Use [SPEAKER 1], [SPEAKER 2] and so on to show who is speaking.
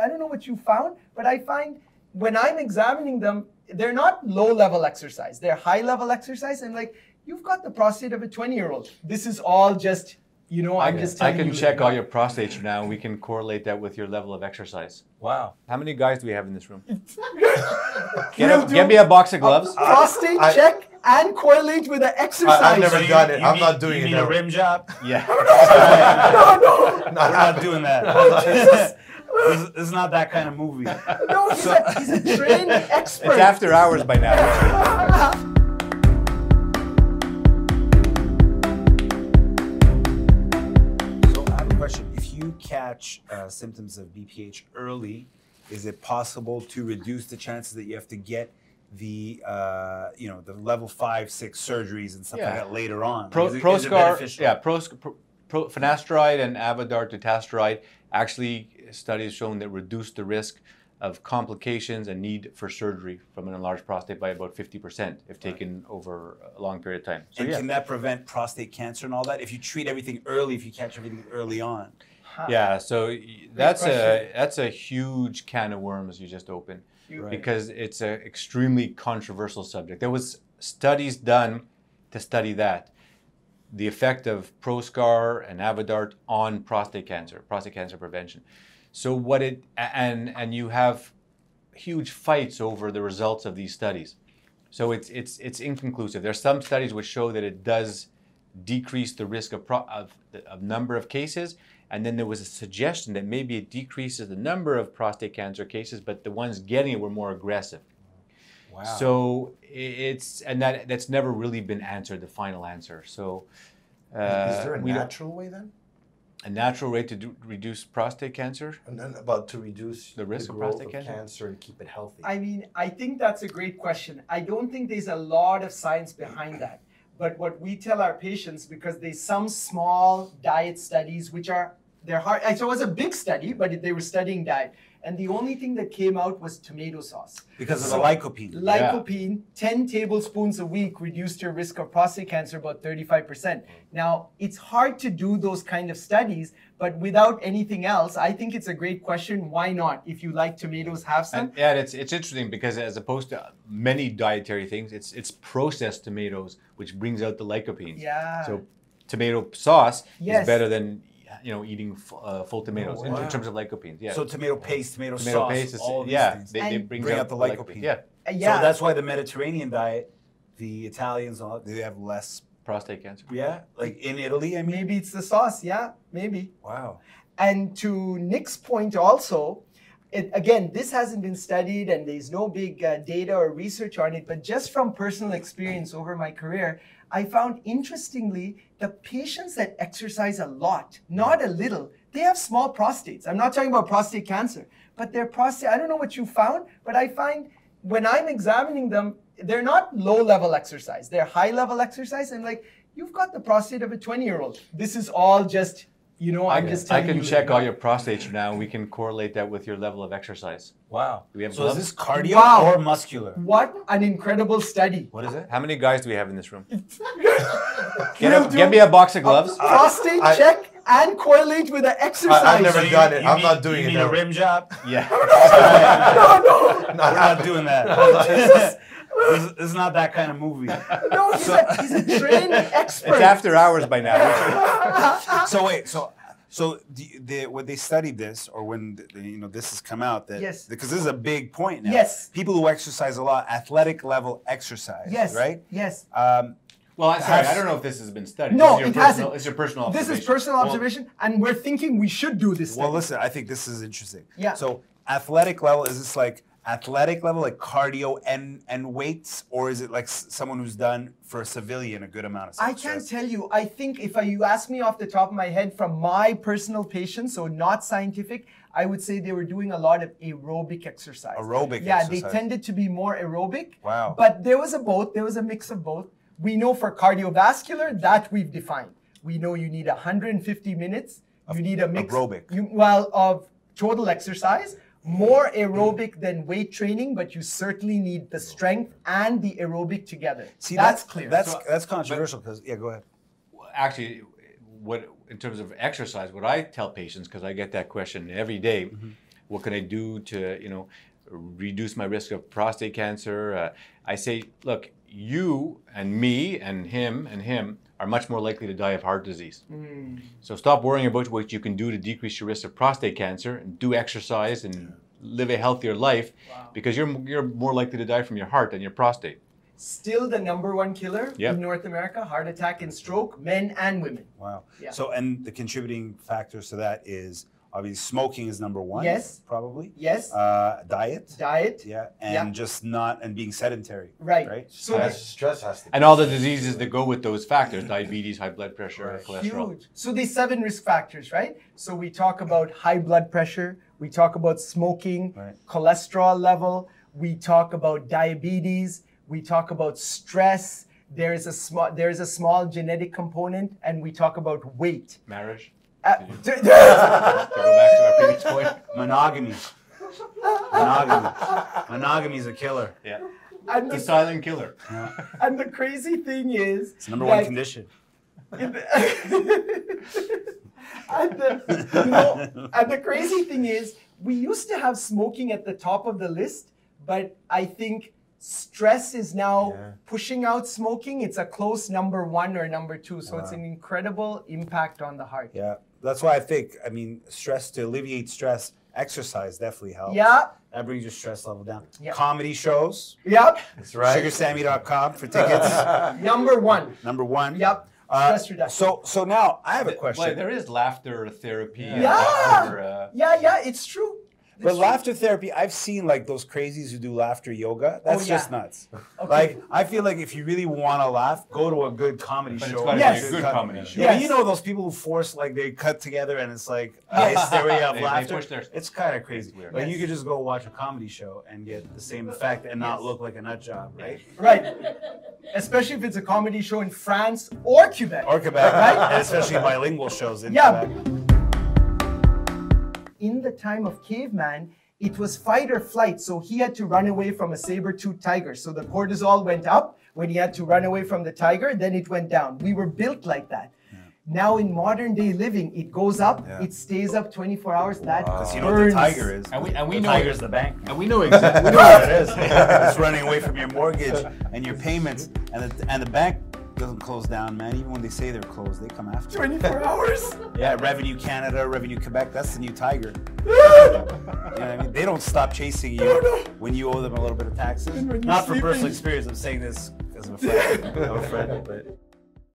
[SPEAKER 1] I don't know what you found, but I find when I'm examining them, they're not low level exercise. They're high level exercise. And like, you've got the prostate of a 20 year old. This is all just, you know,
[SPEAKER 2] I
[SPEAKER 1] I'm
[SPEAKER 2] can,
[SPEAKER 1] just
[SPEAKER 2] I
[SPEAKER 1] telling
[SPEAKER 2] can
[SPEAKER 1] you
[SPEAKER 2] check all your prostates now, and we can correlate that with your level of exercise.
[SPEAKER 3] Wow.
[SPEAKER 2] How many guys do we have in this room? Get,
[SPEAKER 1] Real
[SPEAKER 2] a, get me a box of gloves.
[SPEAKER 1] prostate
[SPEAKER 3] I-
[SPEAKER 1] check and correlate with the exercise.
[SPEAKER 3] I've never
[SPEAKER 4] you-
[SPEAKER 3] done it.
[SPEAKER 4] you
[SPEAKER 3] I'm
[SPEAKER 4] need-
[SPEAKER 3] not doing
[SPEAKER 4] you
[SPEAKER 3] it
[SPEAKER 4] Need
[SPEAKER 3] that
[SPEAKER 4] a
[SPEAKER 3] way.
[SPEAKER 4] rim job?
[SPEAKER 2] yeah.
[SPEAKER 1] no, no,
[SPEAKER 3] Not
[SPEAKER 4] We're not
[SPEAKER 3] happening.
[SPEAKER 4] doing that.
[SPEAKER 1] Jesus.
[SPEAKER 4] this, this is not that kind of movie.
[SPEAKER 1] no. He's, a, he's a trained expert.
[SPEAKER 2] It's after hours by now.
[SPEAKER 4] So I have a question. If you catch uh, symptoms of BPH early, is it possible to reduce the chances that you have to get the uh, you know the level five six surgeries and stuff like
[SPEAKER 2] Yeah.
[SPEAKER 4] that later on?
[SPEAKER 2] Pro,
[SPEAKER 4] Is it- is it
[SPEAKER 2] Proscar,
[SPEAKER 4] beneficial?
[SPEAKER 2] yeah, pros, pro, pro, finasteride and Avodart dutasteride actually studies shown that reduce the risk of complications and need for surgery from an enlarged prostate by about 50% if taken over a long period of time. So
[SPEAKER 4] and
[SPEAKER 2] yeah,
[SPEAKER 4] can that prevent prostate cancer and all that? If you treat everything early, if you catch everything early on,
[SPEAKER 2] yeah, so y- that's a
[SPEAKER 1] question.
[SPEAKER 2] that's a huge can of worms you just opened.
[SPEAKER 4] Right.
[SPEAKER 2] because it's an extremely controversial subject. There was studies done to study that, the effect of Proscar and Avodart on prostate cancer, prostate cancer prevention. So what it a- and and you have huge fights over the results of these studies. So it's it's it's inconclusive. There's some studies which show that it does decrease the risk of, pro- of the of number of cases, and then there was a suggestion that maybe it decreases the number of prostate cancer cases, but the ones getting it were more aggressive.
[SPEAKER 4] wow.
[SPEAKER 2] So i- it's and that that's never really been answered, the final answer. So uh,
[SPEAKER 3] Is there a
[SPEAKER 2] we don't-
[SPEAKER 3] natural way then?
[SPEAKER 2] a natural way to do, reduce prostate cancer?
[SPEAKER 3] And then about to reduce
[SPEAKER 2] The risk of
[SPEAKER 3] growth
[SPEAKER 2] prostate cancer?
[SPEAKER 3] and keep it healthy.
[SPEAKER 1] I mean, I think that's a great question. I don't think there's a lot of science behind that. But what we tell our patients, because there's some small diet studies which are they're hard. So it was a big study, but they were studying diet, and the only thing that came out was tomato sauce.
[SPEAKER 4] because of the lycopene.
[SPEAKER 1] Lycopene, 10 tablespoons a week reduced your risk of prostate cancer about 35%. Now, it's hard to do those kind of studies, but without anything else, I think it's a great question. Why not? If you like tomatoes, have some.
[SPEAKER 2] And, yeah, and it's it's interesting because as opposed to many dietary things, it's it's processed tomatoes which brings out the lycopene.
[SPEAKER 1] Yeah.
[SPEAKER 2] So tomato sauce
[SPEAKER 1] Yes.
[SPEAKER 2] is better than you know eating f- uh, full tomatoes in- in,
[SPEAKER 4] Oh, wow.
[SPEAKER 2] terms of lycopene. Yeah.
[SPEAKER 4] So tomato paste, tomato,
[SPEAKER 2] tomato
[SPEAKER 4] sauce,
[SPEAKER 2] paste is
[SPEAKER 4] all of these
[SPEAKER 2] yeah,
[SPEAKER 4] things.
[SPEAKER 2] they, they
[SPEAKER 1] And
[SPEAKER 2] brings
[SPEAKER 4] bring
[SPEAKER 2] out
[SPEAKER 4] out the lycopene.
[SPEAKER 2] Yeah,
[SPEAKER 1] Uh, yeah.
[SPEAKER 4] So that's why the Mediterranean diet, the Italians, all they have less.
[SPEAKER 2] prostate cancer.
[SPEAKER 4] Yeah, like in Italy, I mean.
[SPEAKER 1] maybe it's the sauce. Yeah, maybe.
[SPEAKER 4] Wow.
[SPEAKER 1] And to Nick's point also, it, again, this hasn't been studied and there's no big uh, data or research on it, but just from personal experience over my career, I found interestingly the patients that exercise a lot, not a little, they have small prostates. I'm not talking about prostate cancer, but their prostate, I don't know what you found, but I find when I'm examining them, they're not low level exercise, they're high level exercise. I'm like, you've got the prostate of a 20 year old. This is all just, you know,
[SPEAKER 2] I
[SPEAKER 1] I'm
[SPEAKER 2] can,
[SPEAKER 1] just
[SPEAKER 2] I
[SPEAKER 1] telling
[SPEAKER 2] can
[SPEAKER 1] you-
[SPEAKER 2] check all your prostates now. and We can correlate that with your level of exercise.
[SPEAKER 4] Wow.
[SPEAKER 2] Do we have
[SPEAKER 4] so
[SPEAKER 2] gloves?
[SPEAKER 4] is this cardio
[SPEAKER 1] Wow.
[SPEAKER 4] or muscular?
[SPEAKER 1] What an incredible study.
[SPEAKER 4] What is it?
[SPEAKER 2] How many guys do we have in this room? Get,
[SPEAKER 1] Real
[SPEAKER 2] a, get me a box of gloves.
[SPEAKER 1] Uh, Prostate
[SPEAKER 3] I-
[SPEAKER 1] check and correlate with the exercise.
[SPEAKER 3] I've never
[SPEAKER 4] you-
[SPEAKER 3] done it.
[SPEAKER 4] you
[SPEAKER 3] I'm
[SPEAKER 4] need-
[SPEAKER 3] not doing
[SPEAKER 4] you
[SPEAKER 3] it
[SPEAKER 4] Need
[SPEAKER 3] that
[SPEAKER 4] a
[SPEAKER 3] way.
[SPEAKER 4] rim job?
[SPEAKER 1] uh,
[SPEAKER 2] yeah.
[SPEAKER 1] no, no,
[SPEAKER 4] We're not doing that.
[SPEAKER 1] Jesus.
[SPEAKER 4] this, this is not that kind of movie.
[SPEAKER 1] no. He's, a, he's a trained expert.
[SPEAKER 2] It's after hours by now.
[SPEAKER 4] so wait, so so the, the, when they studied this, or when the, the- you know this has come out, that
[SPEAKER 1] Yes.
[SPEAKER 4] because this is a big point now.
[SPEAKER 1] Yes.
[SPEAKER 4] People who exercise a lot, athletic level exercise.
[SPEAKER 1] yes,
[SPEAKER 4] Right.
[SPEAKER 1] Yes.
[SPEAKER 4] Um,
[SPEAKER 2] Well, I'm sorry. I don't know if this has been studied.
[SPEAKER 1] No,
[SPEAKER 2] This
[SPEAKER 1] it
[SPEAKER 2] is your personal,
[SPEAKER 1] hasn't.
[SPEAKER 2] It's your personal
[SPEAKER 1] This is
[SPEAKER 2] observation.
[SPEAKER 1] personal
[SPEAKER 2] Well,
[SPEAKER 1] observation, and we're thinking we should do this.
[SPEAKER 4] Well,
[SPEAKER 1] study.
[SPEAKER 4] listen, I think this is interesting.
[SPEAKER 1] Yeah.
[SPEAKER 4] So athletic level is this like athletic level, like cardio and and weights, or is it like s- someone who's done for a civilian a good amount of?
[SPEAKER 1] I can't tell you. I think if I, you ask me off the top of my head from my personal patients, so not scientific, I would say they were doing a lot of aerobic exercise.
[SPEAKER 4] Aerobic
[SPEAKER 1] Yeah, they
[SPEAKER 4] exercise.
[SPEAKER 1] tended to be more aerobic.
[SPEAKER 4] Wow.
[SPEAKER 1] But there was a both, there was a mix of both. We know for cardiovascular, that we've defined. We know you need 150 minutes. You need a mix.
[SPEAKER 4] aerobic.
[SPEAKER 1] You, well, of total exercise, more
[SPEAKER 4] Mm.
[SPEAKER 1] aerobic than weight training, but you certainly need the strength and the aerobic together.
[SPEAKER 4] See,
[SPEAKER 1] that's,
[SPEAKER 4] that's
[SPEAKER 1] clear.
[SPEAKER 4] That's
[SPEAKER 2] So-
[SPEAKER 4] that's controversial because yeah, go ahead.
[SPEAKER 2] actually what in terms of exercise what i tell patients because i get that question every day, What can I do to, you know, reduce my risk of prostate cancer? Uh, I say, look, you and me and him and him are much more likely to die of heart disease. So stop worrying about what you can do to decrease your risk of prostate cancer and do exercise and live a healthier life
[SPEAKER 1] Wow.
[SPEAKER 2] because you're you're more likely to die from your heart than your prostate.
[SPEAKER 1] Still the number one killer
[SPEAKER 2] Yep.
[SPEAKER 1] in North America, heart attack and stroke, men and women.
[SPEAKER 4] Wow.
[SPEAKER 1] Yeah.
[SPEAKER 4] So, and the contributing factors to that is obviously smoking is number one.
[SPEAKER 1] Yes.
[SPEAKER 4] Probably.
[SPEAKER 1] Yes,
[SPEAKER 4] Uh, diet.
[SPEAKER 1] diet,
[SPEAKER 4] Yeah. And
[SPEAKER 1] Yeah.
[SPEAKER 4] just not, and being sedentary.
[SPEAKER 1] right.
[SPEAKER 4] Right.
[SPEAKER 1] So
[SPEAKER 3] stress, stress has to be
[SPEAKER 2] And all the diseases that go with those factors, diabetes, high blood pressure,
[SPEAKER 3] Right.
[SPEAKER 2] cholesterol.
[SPEAKER 1] Huge. So these seven risk factors, right? So we talk about high blood pressure, we talk about smoking,
[SPEAKER 4] Right.
[SPEAKER 1] cholesterol level, we talk about diabetes, we talk about stress. There is a small there is a small genetic component, and we talk about weight.
[SPEAKER 2] Marriage.
[SPEAKER 1] Uh,
[SPEAKER 2] To go back to our previous point.
[SPEAKER 4] Monogamy. Monogamy. Monogamy is a killer.
[SPEAKER 2] Yeah.
[SPEAKER 1] and,
[SPEAKER 2] The
[SPEAKER 1] the,
[SPEAKER 2] silent killer.
[SPEAKER 1] and the crazy thing is,
[SPEAKER 4] It's the number one
[SPEAKER 1] that-
[SPEAKER 4] condition.
[SPEAKER 1] and the, no, and the crazy thing is, we used to have smoking at the top of the list, but I think stress is now
[SPEAKER 3] Yeah.
[SPEAKER 1] pushing out smoking. It's a close number one or number two. So it's an incredible impact on the heart.
[SPEAKER 4] Uh-huh. Yeah. That's why I think, I mean, stress to alleviate stress, exercise definitely helps.
[SPEAKER 1] Yeah.
[SPEAKER 4] That brings your stress level down.
[SPEAKER 1] Yeah.
[SPEAKER 4] Comedy shows,
[SPEAKER 1] Yep.
[SPEAKER 3] That's right.
[SPEAKER 4] sugarsammy.com for tickets.
[SPEAKER 1] Number one.
[SPEAKER 4] Number one.
[SPEAKER 1] Yep.
[SPEAKER 4] Uh,
[SPEAKER 1] stress reduction.
[SPEAKER 4] so, so now I have a
[SPEAKER 2] Well,
[SPEAKER 4] question.
[SPEAKER 2] there is laughter therapy. and
[SPEAKER 1] Yeah.
[SPEAKER 2] laughter, uh,
[SPEAKER 1] yeah, yeah, it's true. It's
[SPEAKER 4] But
[SPEAKER 1] true.
[SPEAKER 4] laughter therapy, I've seen like those crazies who do laughter yoga. That's
[SPEAKER 1] Oh, yeah.
[SPEAKER 4] just nuts.
[SPEAKER 1] Okay.
[SPEAKER 4] Like I feel like if you really want to laugh, go to a good comedy
[SPEAKER 2] But it's
[SPEAKER 4] show.
[SPEAKER 2] gotta
[SPEAKER 1] be a Yes.
[SPEAKER 2] good comedy show.
[SPEAKER 4] Yeah,
[SPEAKER 1] Yes.
[SPEAKER 4] you know those people who force like they cut together and it's like uh, it's their way of
[SPEAKER 2] They- they
[SPEAKER 4] laughter.
[SPEAKER 2] push their-
[SPEAKER 4] it's kind of crazy.
[SPEAKER 2] It's weird.
[SPEAKER 4] Like you
[SPEAKER 1] Yes.
[SPEAKER 4] could just go watch a comedy show and get the same effect and not
[SPEAKER 1] Yes.
[SPEAKER 4] look like a nut job, right?
[SPEAKER 1] right. Especially if it's a comedy show in France or Quebec.
[SPEAKER 4] Or Quebec,
[SPEAKER 1] Right.
[SPEAKER 4] right? and especially bilingual shows in
[SPEAKER 1] Yeah.
[SPEAKER 4] Quebec.
[SPEAKER 1] in the time of caveman, it was fight or flight. So he had to run away from a saber toothed tiger. So the cortisol went up when he had to run away from the tiger, then it went down. We were built like that. Now in modern day living, it goes up, it stays up 24 hours. That
[SPEAKER 4] Because
[SPEAKER 1] burns.
[SPEAKER 4] you know what the tiger is.
[SPEAKER 2] And we- and we
[SPEAKER 4] the
[SPEAKER 2] know-
[SPEAKER 4] tiger's the bank.
[SPEAKER 2] And we know exactly.
[SPEAKER 4] You know what it is. It's running away from your mortgage and your payments, and the, and the bank doesn't close down, man. Even when they say they're closed, they come after. you.
[SPEAKER 1] 24 hours.
[SPEAKER 4] Yeah, Revenue Canada, Revenue Quebec, that's the new tiger. You know what I mean? They don't stop chasing you when you owe them a little bit of taxes.
[SPEAKER 1] when you're
[SPEAKER 4] Not from personal
[SPEAKER 1] sleeping.
[SPEAKER 4] experience. I'm saying this because I'm a friend. I'm a friend, but.